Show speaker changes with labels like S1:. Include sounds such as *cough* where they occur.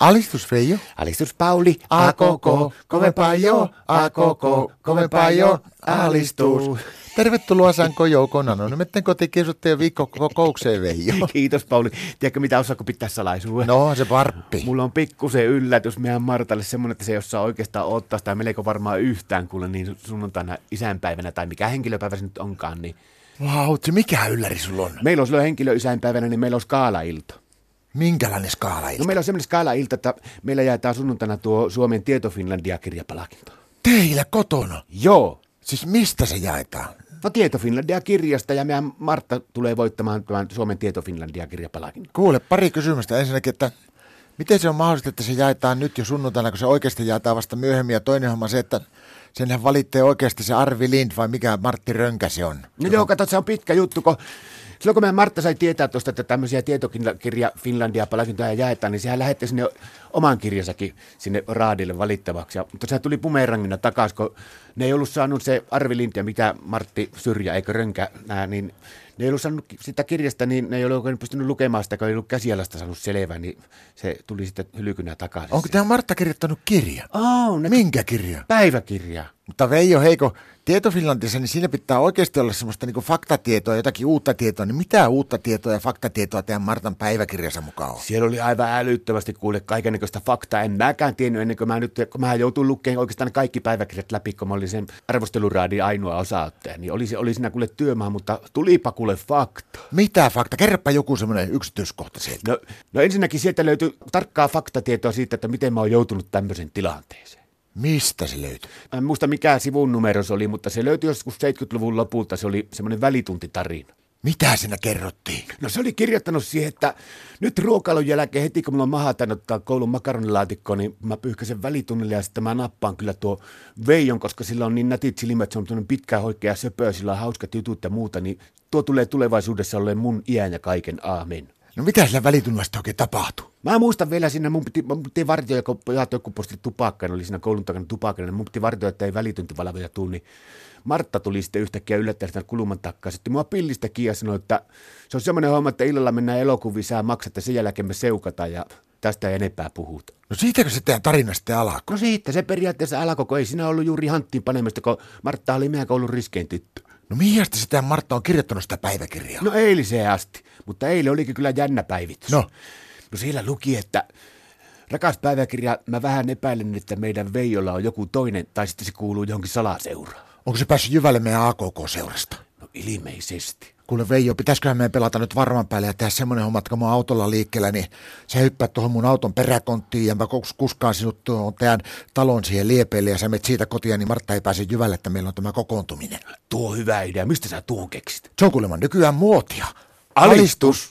S1: Alistus Freijo.
S2: Alistus Pauli, a koko, kovempaa jo, a koko, kovempaa jo, alistus.
S1: Tervetuloa Sanko Joukon Anonymitten kotikiusattujen viikkokokoukseen Veijo.
S2: *laughs* Kiitos Pauli. Tiedätkö mitä osaako pitää salaisuuden?
S1: No se varppi.
S2: Mulla on pikkusen yllätys meidän Martalle semmonen, että se ei osaa oikeastaan ottaa sitä melko varmaan yhtään kuule niin sunnuntaina isänpäivänä tai mikä henkilöpäivä se nyt onkaan. Niin.
S1: Vau, wow, se mikä ylläri sulla on?
S2: Meillä on silloin henkilö isänpäivänä, niin meillä on skaalailta.
S1: Minkälainen skaala
S2: No meillä on semmoinen skaalailta, että meillä jaetaan sunnuntaina tuo Suomen Tieto Finlandia kirjapalkinto.
S1: Teillä kotona?
S2: Joo.
S1: Siis mistä se jaetaan?
S2: No Tieto Finlandia kirjasta ja meidän Martta tulee voittamaan tämän Suomen Tieto Finlandia kirjapalkinnon.
S1: Kuule, pari kysymystä. Ensinnäkin, että miten se on mahdollista, että se jaetaan nyt jo sunnuntaina, kun se oikeasti jaetaan vasta myöhemmin. Ja toinen homma on se, että senhän valitsee oikeasti se Arvi Lind vai mikä Martti Rönkä se on.
S2: No joo, kato, se on pitkä juttu, kun silloin kun meidän Martta sai tietää tuosta, että tämmöisiä tietokirja Finlandia palkintoja jaetaan, niin sehän lähetti sinne oman kirjansakin sinne raadille valittavaksi. Ja, mutta sehän tuli pumerangina takaisin, kun ne ei ollut saanut se Arvi Lind ja mitä Martti Syrjä, eikö Rönkä, nää, niin ne ei ollut saanut sitä kirjasta, niin ne ei ollut oikein pystynyt lukemaan sitä, kun ei ollut käsialasta saanut selvää, niin se tuli sitten hylkynä takaisin.
S1: Onko tämä Martta kirjoittanut kirja?
S2: Oh, ne...
S1: Minkä kirja?
S2: Päiväkirja.
S1: Mutta Veijo Heiko, Tieto Finlandissa, niin siinä pitää oikeasti olla semmoista niin faktatietoa, jotakin uutta tietoa. Niin mitä uutta tietoa ja faktatietoa teidän Martan päiväkirjansa mukaan on?
S2: Siellä oli aivan älyttömästi kuule kaikennäköistä faktaa. En mäkään tiennyt ennen kuin mä nyt, kun mä joutuin lukemaan oikeastaan kaikki päiväkirjat läpi, kun mä olin sen arvosteluraadin ainoa osaottaja. Niin oli, se- oli siinä kuule työmaa, mutta tulipa kuule fakta.
S1: Mitä fakta? Kerropa joku semmoinen yksityiskohta sieltä.
S2: No, no ensinnäkin sieltä löytyi tarkkaa faktatietoa siitä, että miten mä oon joutunut tämmöisen tilanteeseen.
S1: Mistä se löytyy?
S2: Mä en muista mikä sivun numero se oli, mutta se löytyi joskus 70-luvun lopulta. Se oli semmoinen välituntitarina.
S1: Mitä siinä kerrottiin?
S2: No se oli kirjoittanut siihen, että nyt ruokailun jälkeen heti kun mulla on maha tainnut ottaa koulun makaronilaatikkoon, niin mä pyyhkäsen välitunnille ja sitten mä nappaan kyllä tuo Veijon, koska sillä on niin nätit silmät, se on tuonne pitkä hoikea söpö, sillä on hauskat jutut ja muuta, niin tuo tulee tulevaisuudessa olleen mun iän ja kaiken aamen.
S1: No mitä sillä välitunnilla sitten oikein tapahtui?
S2: Mä muistan vielä siinä, mun piti, mun piti vartioida, kun pojat joku posti tupakkaan, ne oli siinä koulun takana tupakkaan, niin mun piti vartioida, että ei välituntivalvoja tule, niin Martta tuli sitten yhtäkkiä yllättäen sinne kulman takkaa. Sitten mua pillistä kiinni ja sanoi, että se on semmoinen homma, että illalla mennään elokuviin, sä maksat ja sen jälkeen me seukataan ja tästä ei enempää puhuta.
S1: No siitäkö se teidän tarina sitten alkaa?
S2: No siitä se periaatteessa alkoi, kun ei siinä ollut juuri hanttiin panemista, kun Martta oli meidän koulun riskein tyttö.
S1: No mihin asti se teidän Martta on kirjoittanut sitä päiväkirjaa?
S2: No eiliseen asti, mutta eilen olikin kyllä jännä päivitys.
S1: No.
S2: No siellä luki, että rakas päiväkirja, mä vähän epäilen, että meidän Veijolla on joku toinen, tai sitten se kuuluu johonkin salaseuraan.
S1: Onko se päässyt jyvälle meidän AKK-seurasta?
S2: No ilmeisesti.
S1: Kuule Veijo, pitäisiköhän meidän pelata nyt varman päälle ja tehdä semmoinen homma, että kun mä oon autolla liikkeellä, niin sä hyppäät tuohon mun auton peräkonttiin ja mä kus- kuskaan sinut tuohon teidän talon siihen liepeille ja sä menet siitä kotiin, niin Martta ei pääse jyvälle, että meillä on tämä kokoontuminen.
S2: Tuo on hyvä idea, mistä sä tuon keksit?
S1: Se on kuulemma nykyään muotia.
S2: Alistus.